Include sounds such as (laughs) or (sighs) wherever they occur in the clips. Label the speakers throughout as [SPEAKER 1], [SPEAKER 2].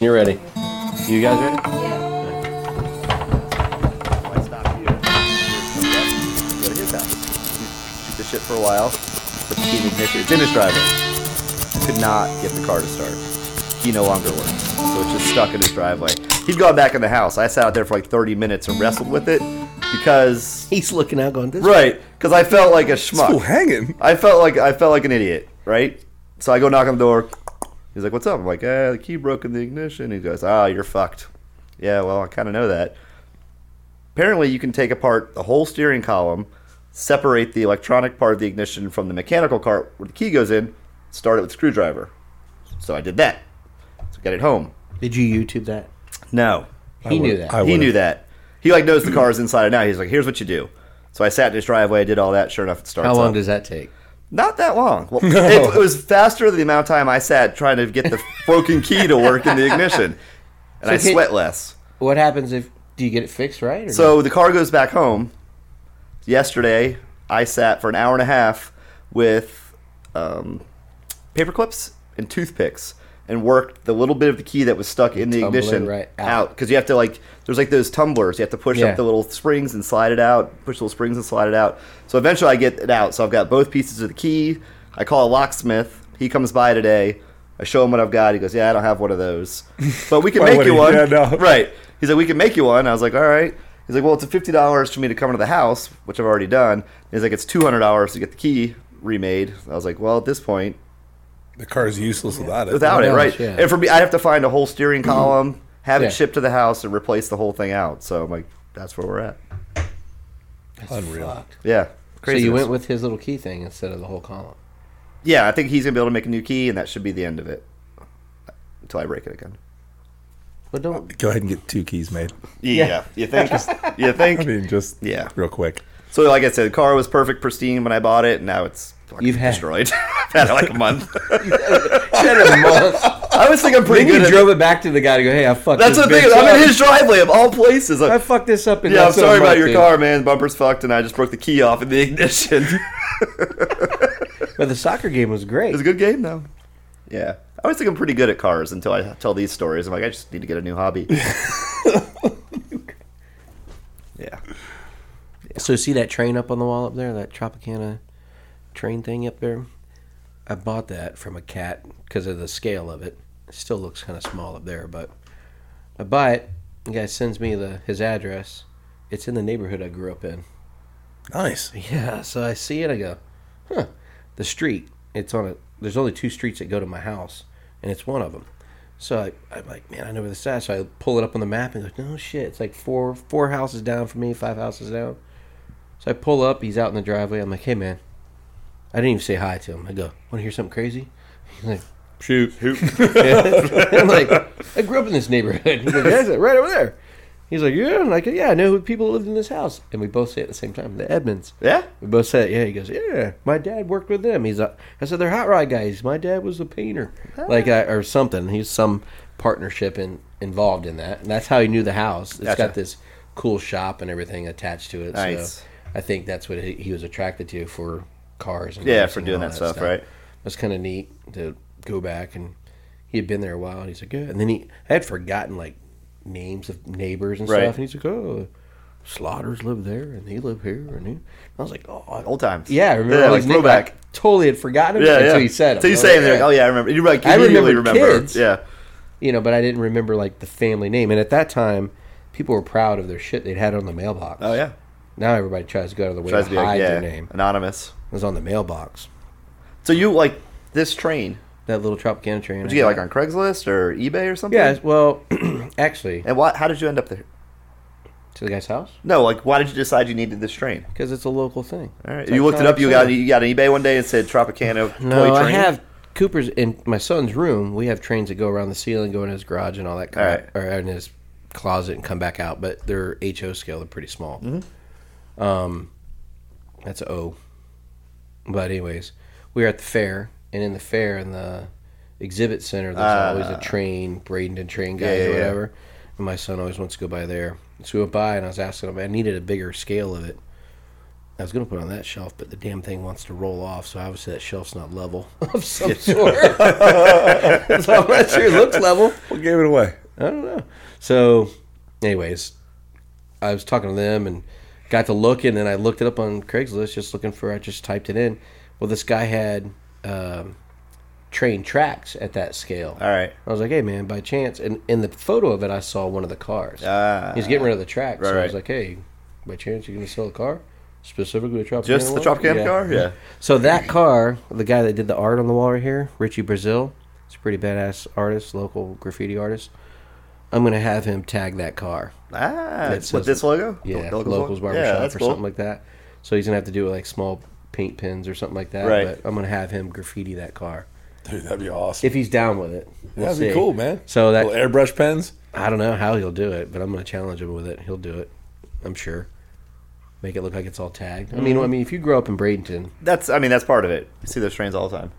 [SPEAKER 1] You're ready. You guys ready?
[SPEAKER 2] Why stop here? Go to his house. Shoot the shit for a while. Put the key in the ignition. It's in his driveway. Could not get the car to start. He no longer works. So it's just stuck in his driveway. He'd gone back in the house. I sat out there for like 30 minutes and wrestled with it because.
[SPEAKER 3] He's looking out going, this
[SPEAKER 2] Right. Because I felt like a schmuck.
[SPEAKER 4] Still hanging.
[SPEAKER 2] I felt like I felt like an idiot, right? So I go knock on the door. He's like, "What's up?" I'm like, "Ah, the key broke in the ignition." He goes, "Ah, you're fucked." Yeah, well, I kind of know that. Apparently, you can take apart the whole steering column, separate the electronic part of the ignition from the mechanical part where the key goes in, start it with a screwdriver. So I did that. So got it home.
[SPEAKER 3] Did you YouTube that?
[SPEAKER 2] No,
[SPEAKER 3] He
[SPEAKER 4] would-
[SPEAKER 3] knew that.
[SPEAKER 4] I
[SPEAKER 2] he
[SPEAKER 4] would've.
[SPEAKER 2] knew that. He like knows the car is inside and out. He's like, "Here's what you do." So I sat in his driveway. I did all that. Sure enough, it starts.
[SPEAKER 3] How long
[SPEAKER 2] up.
[SPEAKER 3] does that take?
[SPEAKER 2] Not that long.
[SPEAKER 4] (laughs)
[SPEAKER 2] Well, it, it was faster than the amount of time I sat trying to get the broken key to work in the ignition, and I
[SPEAKER 3] So can-
[SPEAKER 2] sweat less.
[SPEAKER 3] What happens if do you get it fixed right? Or
[SPEAKER 2] So the car goes back home. Yesterday, I sat for an hour and a half with um, paper clips and toothpicks and worked the little bit of the key that was stuck in the
[SPEAKER 3] Tumbler
[SPEAKER 2] ignition
[SPEAKER 3] right out.
[SPEAKER 2] out because you have to like there's like those tumblers you have to push
[SPEAKER 3] Yeah.
[SPEAKER 2] up the little springs and slide it out push the little springs and slide it out so eventually i get it out so i've got both pieces of the key i call a locksmith he comes by today i show him what i've got he goes yeah i don't have one of
[SPEAKER 3] (laughs)
[SPEAKER 2] those but we can
[SPEAKER 4] Why
[SPEAKER 2] make
[SPEAKER 4] would
[SPEAKER 2] you
[SPEAKER 4] he?
[SPEAKER 2] one
[SPEAKER 4] Yeah, no.
[SPEAKER 2] (laughs) right he's like we can make you one i was like all right he's like well it's $50 for me to come into the house which i've already done he's like it's $200 to get the key remade i was like well at this point
[SPEAKER 4] The car is useless without it.
[SPEAKER 2] without it,
[SPEAKER 3] Without
[SPEAKER 2] right?
[SPEAKER 3] it, yeah. Mm-hmm.
[SPEAKER 2] And for me, I'd have to find a whole steering column, have
[SPEAKER 3] Yeah.
[SPEAKER 2] it shipped to the house, and replace the whole thing out. So I'm like, that's where we're at.
[SPEAKER 4] Unreal.
[SPEAKER 2] Yeah,
[SPEAKER 3] so you
[SPEAKER 2] Craziness.
[SPEAKER 3] went with his little key thing instead of the whole column.
[SPEAKER 2] yeah, I think he's gonna be able to make a new key, and that should be the end of it until I break it again. (laughs)
[SPEAKER 3] But don't
[SPEAKER 4] Go ahead and get two keys made.
[SPEAKER 2] Yeah, you
[SPEAKER 3] (laughs)
[SPEAKER 2] think? you
[SPEAKER 4] I
[SPEAKER 2] think?
[SPEAKER 4] mean, just
[SPEAKER 2] Yeah.
[SPEAKER 4] real quick.
[SPEAKER 2] So, like I said, the car was perfect, pristine when I bought it, and now it's fucking
[SPEAKER 3] You've had-
[SPEAKER 2] destroyed. (laughs) I've had it like a
[SPEAKER 3] (laughs)
[SPEAKER 2] month.
[SPEAKER 3] a month.
[SPEAKER 2] I was thinking pretty
[SPEAKER 3] Then
[SPEAKER 2] good.
[SPEAKER 3] you
[SPEAKER 2] at-
[SPEAKER 3] drove it back to the guy to go, hey, I fucked.
[SPEAKER 2] that's
[SPEAKER 3] this
[SPEAKER 2] the thing.
[SPEAKER 3] bitch
[SPEAKER 2] I'm
[SPEAKER 3] up.
[SPEAKER 2] in his driveway of all places.
[SPEAKER 3] I
[SPEAKER 2] Like,
[SPEAKER 3] fucked this up. In
[SPEAKER 2] yeah, I'm
[SPEAKER 3] less than a
[SPEAKER 2] sorry about
[SPEAKER 3] month,
[SPEAKER 2] your
[SPEAKER 3] dude.
[SPEAKER 2] car, man. Bumper's fucked, and I just broke the key off in the (laughs) ignition.
[SPEAKER 3] But the soccer game was great.
[SPEAKER 2] It was a good game though. Yeah. I always think I'm pretty good at cars until I tell these stories. I'm like, I just need to get a new
[SPEAKER 3] (laughs)
[SPEAKER 2] hobby. yeah.
[SPEAKER 3] So see that train up on the wall up there, that Tropicana train thing up there. I bought that from a cat because of the scale of it. It still looks kind of small up there, but I buy it. The guy sends me the his address. It's in the neighborhood I grew up in.
[SPEAKER 4] Nice.
[SPEAKER 3] (laughs) Yeah, so I see it. I go, huh? The street. It's on a. There's only two streets that go to my house, and it's one of them. So I, I'm like, man, I know where this is. So I pull it up on the map and go, no shit, it's like four four houses down from me, five houses down. So I pull up. He's out in the driveway. I'm like, hey man, I didn't even say hi to him. I go, want to hear something crazy? (laughs) He's like,
[SPEAKER 2] Shoot. Shoot.
[SPEAKER 3] (laughs) I'm like, I grew up in this neighborhood. (laughs) He's like, yeah, is it right over there. He's like, yeah. I'm like, yeah, I know who people lived in this house. And we both say it at the same time, the Edmonds.
[SPEAKER 2] Yeah?
[SPEAKER 3] We both said, it. yeah. He goes, yeah. My dad worked with them. He's, a, I said, they're hot rod guys. My dad was a painter,
[SPEAKER 2] Ah.
[SPEAKER 3] like I, or something. He's some partnership in, involved in that, and that's how he knew the house. It's
[SPEAKER 2] Gotcha.
[SPEAKER 3] got this cool shop and everything attached to it.
[SPEAKER 2] Nice.
[SPEAKER 3] So I think that's what he, he was attracted to for cars. And
[SPEAKER 2] Yeah,
[SPEAKER 3] cars
[SPEAKER 2] for
[SPEAKER 3] and
[SPEAKER 2] doing
[SPEAKER 3] all
[SPEAKER 2] that stuff, right?
[SPEAKER 3] That's kind of neat to go back and he had been there a while, and he's like, yeah. And then he, I had forgotten like names of neighbors and
[SPEAKER 2] Right.
[SPEAKER 3] stuff, and he's like, oh. Slaughters live there, and they live here, and he. I was like, "Oh,
[SPEAKER 2] (laughs)
[SPEAKER 3] I-
[SPEAKER 2] Old times.
[SPEAKER 3] yeah, I remember
[SPEAKER 2] Yeah,
[SPEAKER 3] all
[SPEAKER 2] like
[SPEAKER 3] these names.
[SPEAKER 2] throwback.
[SPEAKER 3] I totally had forgotten him
[SPEAKER 2] Yeah,
[SPEAKER 3] until
[SPEAKER 2] yeah.
[SPEAKER 3] he said
[SPEAKER 2] So you say it, they're like, oh yeah, I remember. You like,
[SPEAKER 3] I remember
[SPEAKER 2] immediately remember.
[SPEAKER 3] kids.
[SPEAKER 2] Yeah.
[SPEAKER 3] You know, but I didn't remember like the family name. And at that time, people were proud of their shit they'd had on the mailbox.
[SPEAKER 2] Oh yeah.
[SPEAKER 3] Now everybody tries to go out of the way
[SPEAKER 2] Tries
[SPEAKER 3] to
[SPEAKER 2] to be
[SPEAKER 3] hide
[SPEAKER 2] like, yeah,
[SPEAKER 3] their name.
[SPEAKER 2] anonymous.
[SPEAKER 3] It was on the mailbox.
[SPEAKER 2] So you like this train?
[SPEAKER 3] That little Tropicana train.
[SPEAKER 2] Did
[SPEAKER 3] I
[SPEAKER 2] you get like
[SPEAKER 3] got.
[SPEAKER 2] on Craigslist or eBay or something?
[SPEAKER 3] Yeah, well, (clears throat) actually,
[SPEAKER 2] And why? How did you end up there?
[SPEAKER 3] to the guy's house
[SPEAKER 2] No, like why did you decide you needed this train?
[SPEAKER 3] because it's a local thing.
[SPEAKER 2] All right.
[SPEAKER 3] It's
[SPEAKER 2] You looked it up. You
[SPEAKER 3] iconic
[SPEAKER 2] got
[SPEAKER 3] thing.
[SPEAKER 2] you got an eBay one day and said
[SPEAKER 3] (sighs)
[SPEAKER 2] Tropicana
[SPEAKER 3] No,
[SPEAKER 2] toy
[SPEAKER 3] I
[SPEAKER 2] train.
[SPEAKER 3] have Cooper's in my son's room. We have trains that go around the ceiling, go in his garage, and all that. Kind
[SPEAKER 2] Alright.
[SPEAKER 3] or in his closet and come back out. But they're HO scale. They're pretty small. Um,
[SPEAKER 2] Mm-hmm.
[SPEAKER 3] that's a O. But anyways, we were at the fair, and in the fair in the exhibit center, there's always a train, Bradenton train guys
[SPEAKER 2] Ah. yeah,
[SPEAKER 3] or
[SPEAKER 2] yeah.
[SPEAKER 3] whatever. And my son always wants to go by there, so we went by, and I was asking him. I needed a bigger scale of it I was going to put it on that shelf, but the damn thing wants to roll off, so obviously that shelf's not level (laughs) of some sort. (laughs) so I'm not sure it looks level.
[SPEAKER 4] What gave it away?
[SPEAKER 3] I don't know. So, anyways, I was talking to them and got to look, and then I looked it up on Craigslist, just looking for. I just typed it in. Well, this guy had um, train tracks at that scale.
[SPEAKER 2] All right.
[SPEAKER 3] I was like, hey man, by chance, and in the photo of it, I saw one of the cars.
[SPEAKER 2] Ah.
[SPEAKER 3] He's getting rid of the tracks. so I
[SPEAKER 2] right,
[SPEAKER 3] was
[SPEAKER 2] right.
[SPEAKER 3] like, hey, by chance, you're going to sell a car, specifically a Tropicana.
[SPEAKER 2] Just the
[SPEAKER 3] one?"
[SPEAKER 2] Tropicana car? Yeah.
[SPEAKER 3] So that car, the guy that did the art on the wall right here, Richie Brazil, he's a pretty badass artist, local graffiti artist. I'm gonna have him tag that car.
[SPEAKER 2] Ah,
[SPEAKER 3] That
[SPEAKER 2] with
[SPEAKER 3] says-
[SPEAKER 2] this logo?
[SPEAKER 3] Yeah,
[SPEAKER 2] The logo?
[SPEAKER 3] locals, barbershop
[SPEAKER 2] that's
[SPEAKER 3] or
[SPEAKER 2] cool.
[SPEAKER 3] something like that. So he's gonna have to do like small paint pins or something like that.
[SPEAKER 2] Right.
[SPEAKER 3] But I'm gonna have him graffiti that car
[SPEAKER 4] Dude, that'd be awesome.
[SPEAKER 3] if he's down with it. We'll
[SPEAKER 4] that'd be
[SPEAKER 3] see.
[SPEAKER 4] cool, man.
[SPEAKER 3] So that
[SPEAKER 4] Little airbrush pens.
[SPEAKER 3] I don't know how he'll do it, but I'm gonna challenge him with it. He'll do it. I'm sure. Make it look like it's all tagged. I mean, I mean, if you grow up in Bradenton,
[SPEAKER 2] That's, I mean, that's part of it. You see those trains all the time.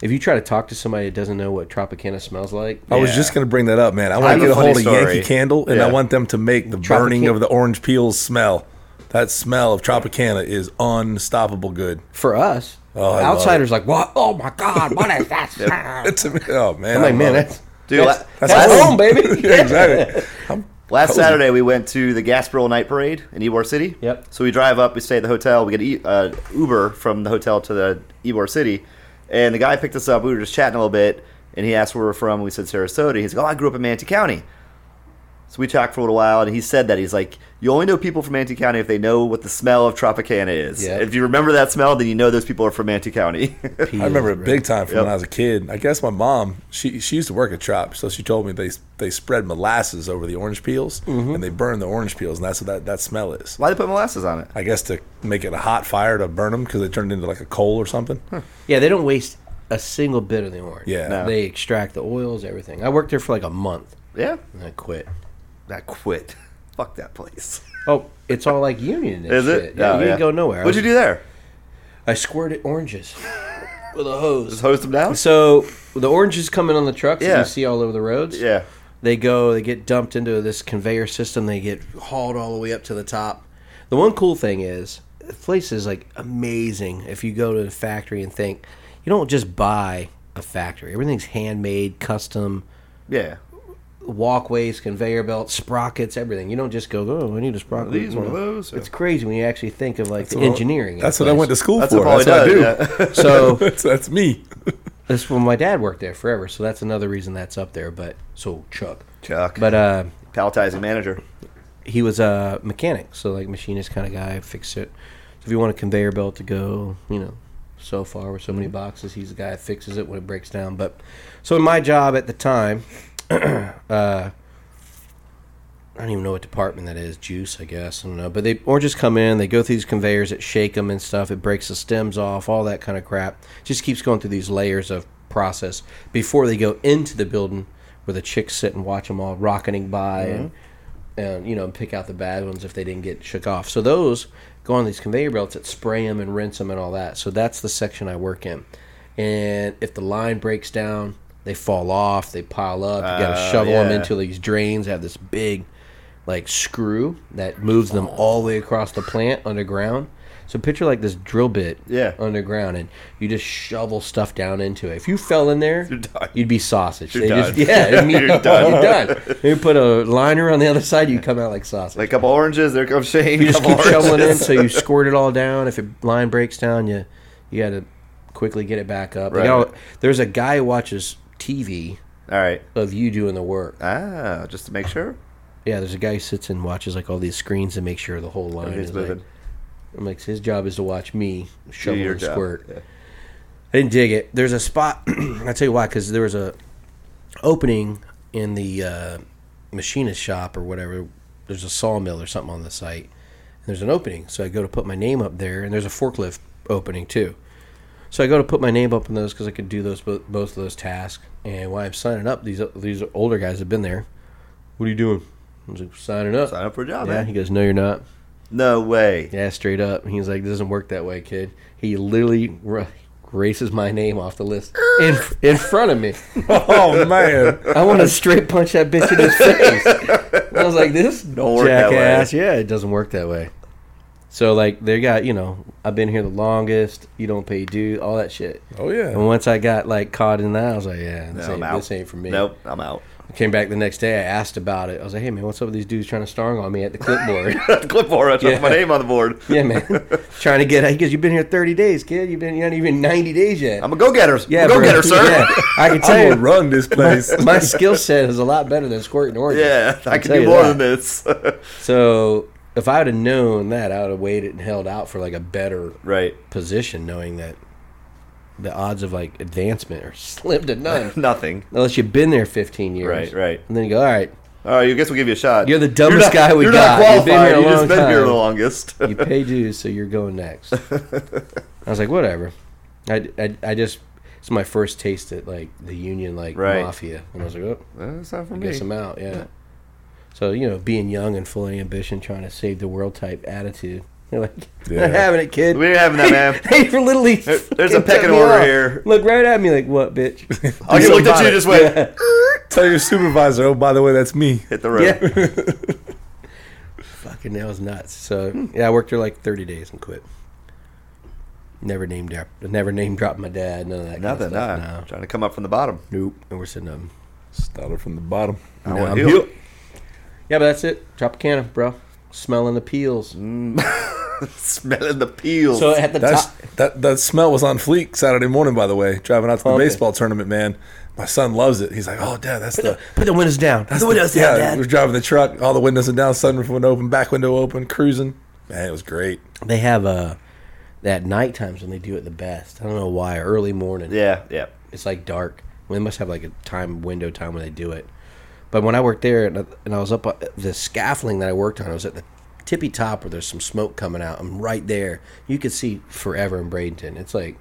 [SPEAKER 3] if you try to talk to somebody that doesn't know what Tropicana smells like,
[SPEAKER 4] I was
[SPEAKER 2] Yeah.
[SPEAKER 4] just going to bring that up, man. I
[SPEAKER 2] have
[SPEAKER 4] want to
[SPEAKER 2] a
[SPEAKER 4] get a
[SPEAKER 2] funny
[SPEAKER 4] hold of
[SPEAKER 2] story.
[SPEAKER 4] Yankee Candle, and I
[SPEAKER 2] Yeah.
[SPEAKER 4] want them to make the burning of the orange peels smell. That smell of Tropicana is unstoppable good. (laughs)
[SPEAKER 3] for us,
[SPEAKER 4] Oh, I love
[SPEAKER 3] outsiders like, what? Oh my God, what is that? smell?"
[SPEAKER 4] It's oh man,
[SPEAKER 3] I'm
[SPEAKER 4] I
[SPEAKER 3] like, man,
[SPEAKER 4] love it.
[SPEAKER 3] that's
[SPEAKER 2] Dude,
[SPEAKER 3] that's,
[SPEAKER 2] la-
[SPEAKER 3] that's
[SPEAKER 4] last-
[SPEAKER 3] home, baby.
[SPEAKER 4] (laughs) yeah, exactly. I'm,
[SPEAKER 2] Last Saturday, we went to the Gasparilla Night Parade in Ybor City.
[SPEAKER 3] Yep.
[SPEAKER 2] So we drive up, we stay at the hotel, we get e- uh, Uber from the hotel to the Ybor City, and the guy picked us up. We were just chatting a little bit, and he asked where we're from. We said Sarasota. He's like, "Oh, I grew up in Manatee County." So we talked for a little while, and he said that he's like, "You only know people from Manatee County if they know what the smell of Tropicana is.
[SPEAKER 3] Yep.
[SPEAKER 2] If you remember that smell, then you know those people are from Manatee County." (laughs)
[SPEAKER 4] I remember it big time from
[SPEAKER 2] Yep.
[SPEAKER 4] when I was a kid. I guess my mom she she used to work at Trop, so she told me they they spread molasses over the orange peels
[SPEAKER 2] Mm-hmm.
[SPEAKER 4] and they burn the orange peels, and that's what that that smell is.
[SPEAKER 2] Why they put molasses on it?
[SPEAKER 4] I guess to make it a hot fire to burn them because they turned into like a coal or something.
[SPEAKER 3] Yeah, they don't waste a single bit of the orange.
[SPEAKER 4] Yeah. No.
[SPEAKER 3] they extract the oils, everything. I worked there for like a month
[SPEAKER 2] Yeah,
[SPEAKER 3] and I quit.
[SPEAKER 2] I quit. Fuck that place.
[SPEAKER 3] Oh, it's all like union.
[SPEAKER 2] (laughs)
[SPEAKER 3] And
[SPEAKER 2] Is
[SPEAKER 3] shit.
[SPEAKER 2] it?
[SPEAKER 3] Yeah,
[SPEAKER 2] Oh,
[SPEAKER 3] you didn't go nowhere.
[SPEAKER 2] What'd you do there?
[SPEAKER 3] I squirted oranges (laughs) with a hose.
[SPEAKER 2] Just hose them down?
[SPEAKER 3] So the oranges come in on the trucks that
[SPEAKER 2] Yeah.
[SPEAKER 3] you see all over the roads.
[SPEAKER 2] Yeah.
[SPEAKER 3] They go, they get dumped into this conveyor system, they get hauled all the way up to the top. The one cool thing is, the place is like amazing if you go to the factory and think, you don't just buy a factory. Everything's handmade, custom,
[SPEAKER 2] Yeah.
[SPEAKER 3] walkways, conveyor belts, sprockets, everything. You don't just go, oh, I need a sprocket.
[SPEAKER 2] These,
[SPEAKER 3] you
[SPEAKER 2] one of
[SPEAKER 3] know.
[SPEAKER 2] those, yeah.
[SPEAKER 3] It's crazy when you actually think of like the engineering.
[SPEAKER 4] That's what I went to school
[SPEAKER 2] That's
[SPEAKER 4] for.
[SPEAKER 2] what Paulie
[SPEAKER 4] that's what I do. (laughs)
[SPEAKER 2] does. yeah.
[SPEAKER 3] So
[SPEAKER 4] that's, that's me.
[SPEAKER 3] That's when my dad worked there forever, so that's another reason that's up there. But so Chuck,
[SPEAKER 2] (laughs) Chuck.
[SPEAKER 3] but uh,
[SPEAKER 2] Palletizing manager.
[SPEAKER 3] he was a mechanic, so like machinist kind of guy, fix it. So if you want a conveyor belt to go, you know, so far with so many boxes, he's the guy that fixes it when it breaks down. But so in my job at the time, uh, I don't even know what department that is. Juice, I guess. I don't know. But they oranges come in, they go through these conveyors that shake them and stuff. It breaks the stems off, all that kind of crap. Just keeps going through these layers of process before they go into the building where the chicks sit and watch them all rocketing by and, and you know pick out the bad ones if they didn't get shook off. So those go on these conveyor belts that spray them and rinse them and all that. So that's the section I work in. And if the line breaks down, they fall off, they pile up. You got to
[SPEAKER 2] Ah,
[SPEAKER 3] shovel them
[SPEAKER 2] yeah.
[SPEAKER 3] into these drains. Have this big like screw that moves them all the way across the plant underground. So picture like this drill bit
[SPEAKER 2] Yeah.
[SPEAKER 3] underground and you just shovel stuff down into it. If you fell in there,
[SPEAKER 2] You're done.
[SPEAKER 3] you'd be sausage.
[SPEAKER 2] You're
[SPEAKER 3] They just-
[SPEAKER 2] done.
[SPEAKER 3] (laughs)
[SPEAKER 2] (laughs)
[SPEAKER 3] yeah, I mean,
[SPEAKER 2] You're
[SPEAKER 3] you're
[SPEAKER 2] done.
[SPEAKER 3] done. They put a liner on the other side, you come out like sausage.
[SPEAKER 2] Like a couple oranges, there comes Shane. (laughs)
[SPEAKER 3] you just
[SPEAKER 2] couple
[SPEAKER 3] keep shoveling in,
[SPEAKER 2] oranges.
[SPEAKER 3] so you squirt it all down. If a line breaks down, you you got to quickly get it back up. They
[SPEAKER 2] Right.
[SPEAKER 3] all- there's a guy who watches TV
[SPEAKER 2] All right.
[SPEAKER 3] of you doing the work.
[SPEAKER 2] Ah, just to make sure.
[SPEAKER 3] Yeah, there's a guy who sits and watches like all these screens and make sure the whole line
[SPEAKER 2] Everything's
[SPEAKER 3] is like,
[SPEAKER 2] moving.
[SPEAKER 3] I'm like, his job is to watch me
[SPEAKER 2] Do
[SPEAKER 3] shovel
[SPEAKER 2] your
[SPEAKER 3] and
[SPEAKER 2] job.
[SPEAKER 3] squirt.
[SPEAKER 2] Yeah.
[SPEAKER 3] I didn't dig it. There's a spot. (clears throat) I tell you why, because there was a opening in the uh, machinist shop or whatever. There's a sawmill or something on the site. And there's an opening, so I go to put my name up there, and there's a forklift opening too. So I go to put my name up on those because I could do those both, both of those tasks. And while I'm signing up, these these older guys have been there. What are you doing? I was like, signing up.
[SPEAKER 2] Sign up for a job,
[SPEAKER 3] yeah, he
[SPEAKER 2] man.
[SPEAKER 3] goes, no, you're not.
[SPEAKER 2] No way.
[SPEAKER 3] Yeah, straight up. He's like, doesn't work that way, kid. He literally r- erases my name off the list
[SPEAKER 2] (gasps)
[SPEAKER 3] in, in front of me.
[SPEAKER 4] Oh man,
[SPEAKER 3] I want to straight punch that bitch in
[SPEAKER 2] (laughs)
[SPEAKER 3] his face. I was like, this
[SPEAKER 2] work that way.
[SPEAKER 3] jackass. Yeah, it doesn't work that way. So like they got you know I've been here the longest. You don't pay due, all that shit.
[SPEAKER 4] Oh
[SPEAKER 2] (laughs)
[SPEAKER 4] yeah.
[SPEAKER 3] And once I got like caught in that, I was like, yeah, this,
[SPEAKER 2] No, I'm
[SPEAKER 3] ain't,
[SPEAKER 2] out.
[SPEAKER 3] this ain't for me.
[SPEAKER 2] Nope, I'm out. (laughs)
[SPEAKER 3] I came back the next day. I asked about it. I was like, hey man, what's up with these dudes trying to starring on me at
[SPEAKER 2] (laughs)
[SPEAKER 3] the clipboard?
[SPEAKER 2] the clipboard. I put
[SPEAKER 3] Yeah.
[SPEAKER 2] my name on the board.
[SPEAKER 3] yeah, man, (laughs) trying to get. He goes, you've been here thirty days, kid. You've been you're not even ninety days yet.
[SPEAKER 2] I'm a go-getter.
[SPEAKER 3] yeah,
[SPEAKER 2] go
[SPEAKER 3] bro.
[SPEAKER 2] getter, sir.
[SPEAKER 3] Yeah, I can tell
[SPEAKER 4] I will
[SPEAKER 3] you,
[SPEAKER 4] run this place.
[SPEAKER 3] my skill set is a lot better than squirting oranges.
[SPEAKER 2] (laughs) Yeah, I
[SPEAKER 3] I'll
[SPEAKER 2] can
[SPEAKER 3] tell
[SPEAKER 2] do
[SPEAKER 3] you
[SPEAKER 2] more
[SPEAKER 3] that.
[SPEAKER 2] than this. (laughs)
[SPEAKER 3] So if I would have known that, I would have waited and held out for like a better
[SPEAKER 2] right.
[SPEAKER 3] position, knowing that the odds of like advancement are slim to none.
[SPEAKER 2] (laughs) Nothing.
[SPEAKER 3] Unless you've been there 15 years.
[SPEAKER 2] Right, right.
[SPEAKER 3] And then you go, all right,
[SPEAKER 2] All right, I guess we'll give you a shot.
[SPEAKER 3] You're the dumbest
[SPEAKER 2] not-
[SPEAKER 3] guy we
[SPEAKER 2] you're
[SPEAKER 3] got.
[SPEAKER 2] not
[SPEAKER 3] You've been
[SPEAKER 2] qualified.
[SPEAKER 3] here a
[SPEAKER 2] You've just
[SPEAKER 3] long
[SPEAKER 2] been here
[SPEAKER 3] time.
[SPEAKER 2] the longest. (laughs)
[SPEAKER 3] you pay dues, so you're going next. I was like, whatever. I, I, I just, it's my first taste at like the union, like
[SPEAKER 2] Right.
[SPEAKER 3] mafia. And I was like, oh,
[SPEAKER 2] That's not for
[SPEAKER 3] I
[SPEAKER 2] me.
[SPEAKER 3] guess I'm out, yeah. So, you know, being young and full of ambition, trying to save the world type attitude. (laughs) They're like,
[SPEAKER 4] Yeah.
[SPEAKER 3] not having it, kid.
[SPEAKER 2] We ain't having that, man.
[SPEAKER 3] (laughs) Hey, for literally.
[SPEAKER 2] there's a
[SPEAKER 3] fucking cut
[SPEAKER 2] pecking
[SPEAKER 3] me
[SPEAKER 2] order
[SPEAKER 3] off.
[SPEAKER 2] here.
[SPEAKER 3] Look right at me like, what, bitch?
[SPEAKER 2] (laughs) I just looked at you
[SPEAKER 4] somebody.
[SPEAKER 2] and just went,
[SPEAKER 3] Yeah.
[SPEAKER 4] Tell your supervisor. Oh, by the way, that's me.
[SPEAKER 2] hit the road.
[SPEAKER 3] yeah. (laughs) Fucking that was nuts. So yeah, I worked there like thirty days and quit. Never name drop. Never name dropped my dad. None of that. (laughs)
[SPEAKER 2] Nothing,
[SPEAKER 3] Kind of
[SPEAKER 2] nah.
[SPEAKER 3] stuff,
[SPEAKER 2] Trying to come up from the bottom.
[SPEAKER 3] no. Nope. And we're sitting up.
[SPEAKER 4] Started from the bottom.
[SPEAKER 2] I
[SPEAKER 3] No,
[SPEAKER 2] wouldn't
[SPEAKER 3] I'm
[SPEAKER 2] do it.
[SPEAKER 3] Yeah, but that's it. Tropicana, bro. Smelling the
[SPEAKER 2] (laughs)
[SPEAKER 3] peels.
[SPEAKER 2] Smelling the peels.
[SPEAKER 3] So at the
[SPEAKER 4] That's,
[SPEAKER 3] top,
[SPEAKER 4] that that smell was on fleek Saturday morning. By the way, driving out to the
[SPEAKER 3] Okay.
[SPEAKER 4] baseball tournament, man. My son loves it. He's like, "Oh, dad, that's the
[SPEAKER 3] put the windows down.
[SPEAKER 4] that's the windows yeah." We're driving the truck, all the windows are down, sunroof went open, back window open, cruising. Man, it was great. (laughs)
[SPEAKER 3] They have uh, that night times when they do it the best. I don't know why. Early morning.
[SPEAKER 2] yeah, yeah.
[SPEAKER 3] it's like dark. Well, they must have like a time window time when they do it. But when I worked there and I, and I was up on- the scaffolding that I worked on, I was at the tippy top where there's some smoke coming out. I'm right there. You could see forever in Bradenton. It's like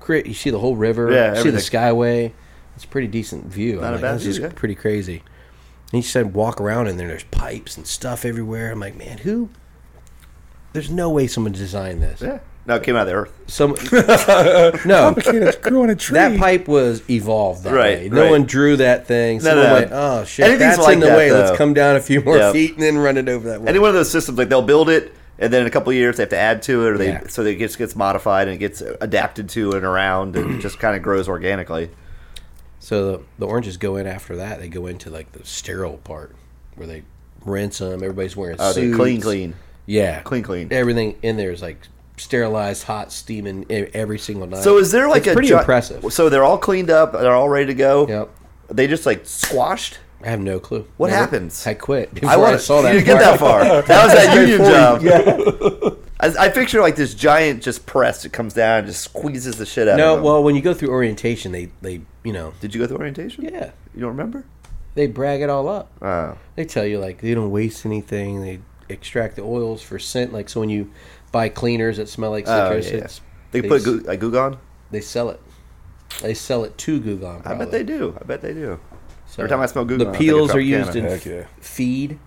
[SPEAKER 3] cra- you see the whole river,
[SPEAKER 2] Yeah,
[SPEAKER 3] you see the
[SPEAKER 2] everything.
[SPEAKER 3] skyway. It's a pretty decent view.
[SPEAKER 2] Not a
[SPEAKER 3] I'm like,
[SPEAKER 2] bad
[SPEAKER 3] this
[SPEAKER 2] view,
[SPEAKER 3] is
[SPEAKER 2] yeah.
[SPEAKER 3] pretty crazy. And he said, walk around in there. There's pipes and stuff everywhere. I'm like, man, who? There's no way someone designed this.
[SPEAKER 2] Yeah. No, it came out of the earth. (laughs)
[SPEAKER 3] Some no,
[SPEAKER 4] Kid, it's growing a tree.
[SPEAKER 3] that pipe was evolved that
[SPEAKER 2] Right,
[SPEAKER 3] way. No
[SPEAKER 2] right.
[SPEAKER 3] one drew that thing. Someone
[SPEAKER 2] no.
[SPEAKER 3] went, oh shit,
[SPEAKER 2] Anything's
[SPEAKER 3] that's
[SPEAKER 2] like
[SPEAKER 3] in the
[SPEAKER 2] that,
[SPEAKER 3] way.
[SPEAKER 2] though.
[SPEAKER 3] Let's come down a few more
[SPEAKER 2] Yeah.
[SPEAKER 3] feet and then run it over that way.
[SPEAKER 2] Any one of those systems, like they'll build it, and then in a couple of years they have to add to it, or they
[SPEAKER 3] Yeah.
[SPEAKER 2] so that it just gets modified and it gets adapted to and around, and
[SPEAKER 3] (clears throat)
[SPEAKER 2] it just kind of grows organically.
[SPEAKER 3] so the, the oranges go in after that. They go into like the sterile part where they rinse them. Everybody's wearing
[SPEAKER 2] Oh, they
[SPEAKER 3] suits.
[SPEAKER 2] clean, clean,
[SPEAKER 3] Yeah,
[SPEAKER 2] clean, clean.
[SPEAKER 3] Everything in there is like sterilized, hot, steaming e- every single night.
[SPEAKER 2] So is there like
[SPEAKER 3] It's
[SPEAKER 2] a
[SPEAKER 3] pretty
[SPEAKER 2] gi-
[SPEAKER 3] impressive?
[SPEAKER 2] So they're all cleaned up, they're all ready to go.
[SPEAKER 3] Yep.
[SPEAKER 2] They just like squashed.
[SPEAKER 3] I have no clue.
[SPEAKER 2] What
[SPEAKER 3] Never-
[SPEAKER 2] happens?
[SPEAKER 3] I quit before
[SPEAKER 2] I
[SPEAKER 3] I,
[SPEAKER 2] want
[SPEAKER 3] saw that.
[SPEAKER 2] You didn't get that
[SPEAKER 3] part. (laughs)
[SPEAKER 2] far. That was that union job. I, I picture like this giant just press. It comes down and just squeezes the shit out. of
[SPEAKER 3] No,
[SPEAKER 2] them.
[SPEAKER 3] well, when you go through orientation, they they you know
[SPEAKER 2] did you go through orientation?
[SPEAKER 3] yeah
[SPEAKER 2] You don't remember?
[SPEAKER 3] they brag it all up.
[SPEAKER 2] Oh,
[SPEAKER 3] They tell you like they don't waste anything. They extract the oils for scent. Like so, when you buy cleaners that smell like
[SPEAKER 2] Oh,
[SPEAKER 3] citrus,
[SPEAKER 2] yeah, yeah.
[SPEAKER 3] it's,
[SPEAKER 2] they,
[SPEAKER 3] they
[SPEAKER 2] put
[SPEAKER 3] s-
[SPEAKER 2] Goo- uh, a Goog on.
[SPEAKER 3] they sell it. They sell it to Gugon.
[SPEAKER 2] I bet they do. I bet they do.
[SPEAKER 3] So
[SPEAKER 2] every time I smell Gugon, I
[SPEAKER 3] the
[SPEAKER 2] think of
[SPEAKER 3] peels are
[SPEAKER 2] Tropicana.
[SPEAKER 3] used in
[SPEAKER 4] Heck yeah.
[SPEAKER 3] feed.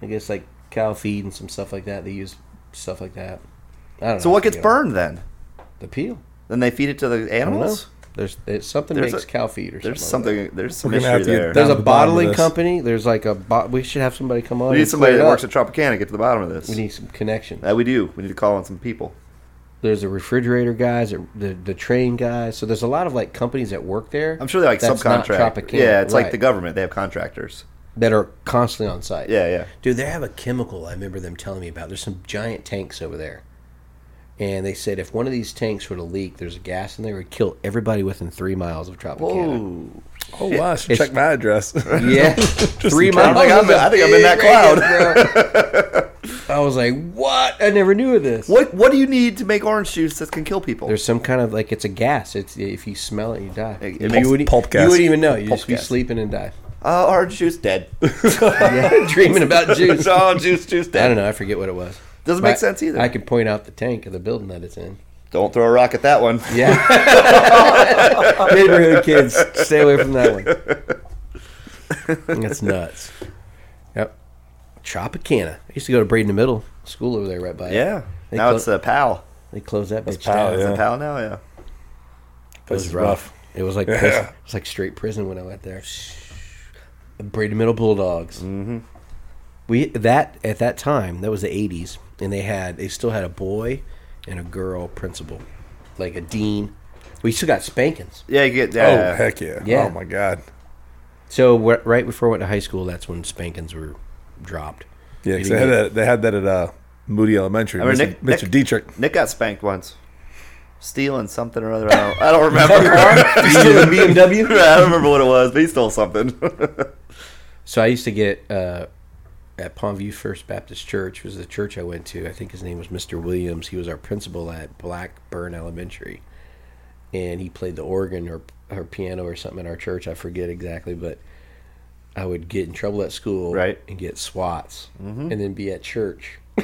[SPEAKER 3] I guess like cow feed and some stuff like that. They use stuff like that. I don't know.
[SPEAKER 2] So what gets
[SPEAKER 3] Yeah.
[SPEAKER 2] burned then?
[SPEAKER 3] The peel.
[SPEAKER 2] Then they feed it to the
[SPEAKER 3] I don't know.
[SPEAKER 2] animals.
[SPEAKER 3] There's it's something
[SPEAKER 2] There's
[SPEAKER 3] makes
[SPEAKER 2] a-
[SPEAKER 3] cow feed or
[SPEAKER 2] There's
[SPEAKER 3] something. like that.
[SPEAKER 2] something. There's some
[SPEAKER 4] We're gonna have
[SPEAKER 2] mystery
[SPEAKER 4] to get
[SPEAKER 2] there.
[SPEAKER 4] down
[SPEAKER 3] There's
[SPEAKER 4] to
[SPEAKER 3] a
[SPEAKER 4] the bottom of
[SPEAKER 3] bottling
[SPEAKER 4] this.
[SPEAKER 3] company. There's like a bo- we should have somebody come on.
[SPEAKER 2] we
[SPEAKER 3] and
[SPEAKER 2] need somebody
[SPEAKER 3] clean
[SPEAKER 2] that
[SPEAKER 3] it
[SPEAKER 2] works
[SPEAKER 3] up.
[SPEAKER 2] at Tropicana to get to the bottom of this.
[SPEAKER 3] We need some connection.
[SPEAKER 2] Uh, we do. We need to call on some people.
[SPEAKER 3] There's the refrigerator guys, the the, the train guys. So there's a lot of like companies that work there.
[SPEAKER 2] I'm sure they're like
[SPEAKER 3] that's not
[SPEAKER 2] subcontract.
[SPEAKER 3] Tropicana,
[SPEAKER 2] Yeah, it's like
[SPEAKER 3] right,
[SPEAKER 2] the government. They have contractors.
[SPEAKER 3] that are constantly on site.
[SPEAKER 2] Yeah, yeah.
[SPEAKER 3] dude, they have a chemical. I remember them telling me about. There's some giant tanks over there, and they said if one of these tanks were to leak, there's a gas in there it would kill everybody within three miles of Tropicana.
[SPEAKER 2] Whoa.
[SPEAKER 4] Oh wow, I should
[SPEAKER 3] It's-
[SPEAKER 4] check my (laughs)
[SPEAKER 2] (laughs)
[SPEAKER 4] address.
[SPEAKER 3] Yeah, three
[SPEAKER 4] in
[SPEAKER 3] miles.
[SPEAKER 4] case.
[SPEAKER 2] I think I'm in- I think I'm in that
[SPEAKER 3] that
[SPEAKER 2] (laughs)
[SPEAKER 3] cloud. I was like, what? I never knew of this.
[SPEAKER 2] What What do you need to make orange juice that can kill people?
[SPEAKER 3] There's some kind of like it's a gas. It's if you smell it, you die.
[SPEAKER 2] It- it
[SPEAKER 3] you,
[SPEAKER 2] makes
[SPEAKER 3] wouldn't,
[SPEAKER 4] pulp gas.
[SPEAKER 3] you wouldn't even know. You
[SPEAKER 2] Pulp
[SPEAKER 3] just be
[SPEAKER 2] gas.
[SPEAKER 3] sleeping and die.
[SPEAKER 2] Oh, orange juice dead.
[SPEAKER 3] (laughs) Yeah, dreaming about juice. I
[SPEAKER 2] oh, juice juice dead.
[SPEAKER 3] don't know. I forget what it was.
[SPEAKER 2] Doesn't
[SPEAKER 3] But
[SPEAKER 2] make sense either.
[SPEAKER 3] I can point out the tank of the building that it's in.
[SPEAKER 2] Don't throw a rock at that one.
[SPEAKER 3] (laughs) Yeah. Neighborhood kids, stay away from that one. (laughs) That's nuts. Yep. Tropicana. I used to go to Braden the Middle School over there right by it.
[SPEAKER 2] Yeah.
[SPEAKER 3] They
[SPEAKER 2] now
[SPEAKER 3] clo-
[SPEAKER 2] it's a pal.
[SPEAKER 3] They closed that bitch
[SPEAKER 4] Powell,
[SPEAKER 3] down.
[SPEAKER 2] It's
[SPEAKER 4] Yeah.
[SPEAKER 2] a pal now. Yeah.
[SPEAKER 3] It
[SPEAKER 4] Place
[SPEAKER 3] was
[SPEAKER 4] is
[SPEAKER 3] rough.
[SPEAKER 4] rough.
[SPEAKER 3] It was like prison, it was like straight prison when I went there. Braden Middle Bulldogs. Mm-hmm. We that at that time that was the eighties. and they had they still had a boy and a girl principal, like a dean. We still got spankings.
[SPEAKER 2] Yeah, you get
[SPEAKER 4] Oh
[SPEAKER 2] that.
[SPEAKER 4] heck yeah!
[SPEAKER 3] Yeah.
[SPEAKER 4] Oh my god!
[SPEAKER 3] So wh- right before I went to high school, that's when spankings were dropped.
[SPEAKER 4] Yeah,
[SPEAKER 3] You
[SPEAKER 4] 'cause
[SPEAKER 3] didn't
[SPEAKER 4] they had
[SPEAKER 3] get-
[SPEAKER 4] that. They had that at uh, Moody Elementary.
[SPEAKER 2] I mean,
[SPEAKER 4] Mr.
[SPEAKER 2] Nick-
[SPEAKER 4] Mr. Dietrich.
[SPEAKER 2] Nick got spanked once. Stealing something or other. I don't, I don't (laughs) remember. Stealing BMW? I don't remember what it was, but he stole something.
[SPEAKER 3] So I used to get uh, at Palmview First Baptist Church was the church I went to. I think his name was Mr. Williams. He was our principal at Blackburn Elementary, and he played the organ or or piano or something in our church. I forget exactly, but I would get in trouble at school,
[SPEAKER 2] Right. Mm-hmm.
[SPEAKER 3] and get swats, and then be at church, (laughs)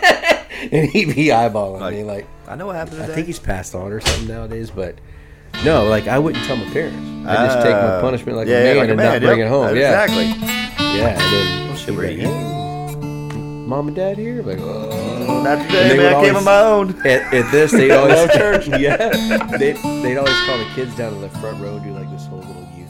[SPEAKER 3] and he'd be eyeballing me like,
[SPEAKER 2] I know what happened
[SPEAKER 3] I
[SPEAKER 2] today.
[SPEAKER 3] think he's passed on or something nowadays, but. No, like I wouldn't tell my parents. I just take my
[SPEAKER 2] Ah.
[SPEAKER 3] punishment like
[SPEAKER 2] Yeah,
[SPEAKER 3] a
[SPEAKER 2] yeah,
[SPEAKER 3] man
[SPEAKER 2] like
[SPEAKER 3] and not
[SPEAKER 2] man,
[SPEAKER 3] bring
[SPEAKER 2] yep.
[SPEAKER 3] it home. Yeah,
[SPEAKER 2] Exactly.
[SPEAKER 3] yeah, and then
[SPEAKER 2] shit,
[SPEAKER 3] she'd
[SPEAKER 2] where
[SPEAKER 3] be
[SPEAKER 2] you
[SPEAKER 3] like, "Hey, Mom and Dad here? Like, "Oh."
[SPEAKER 2] Not today,
[SPEAKER 3] they would
[SPEAKER 2] man. I came on
[SPEAKER 3] always-
[SPEAKER 2] my own.
[SPEAKER 3] at, at (laughs) this, they'd always, yeah, they'd, they'd always call the kids down to the front row and do like this whole little U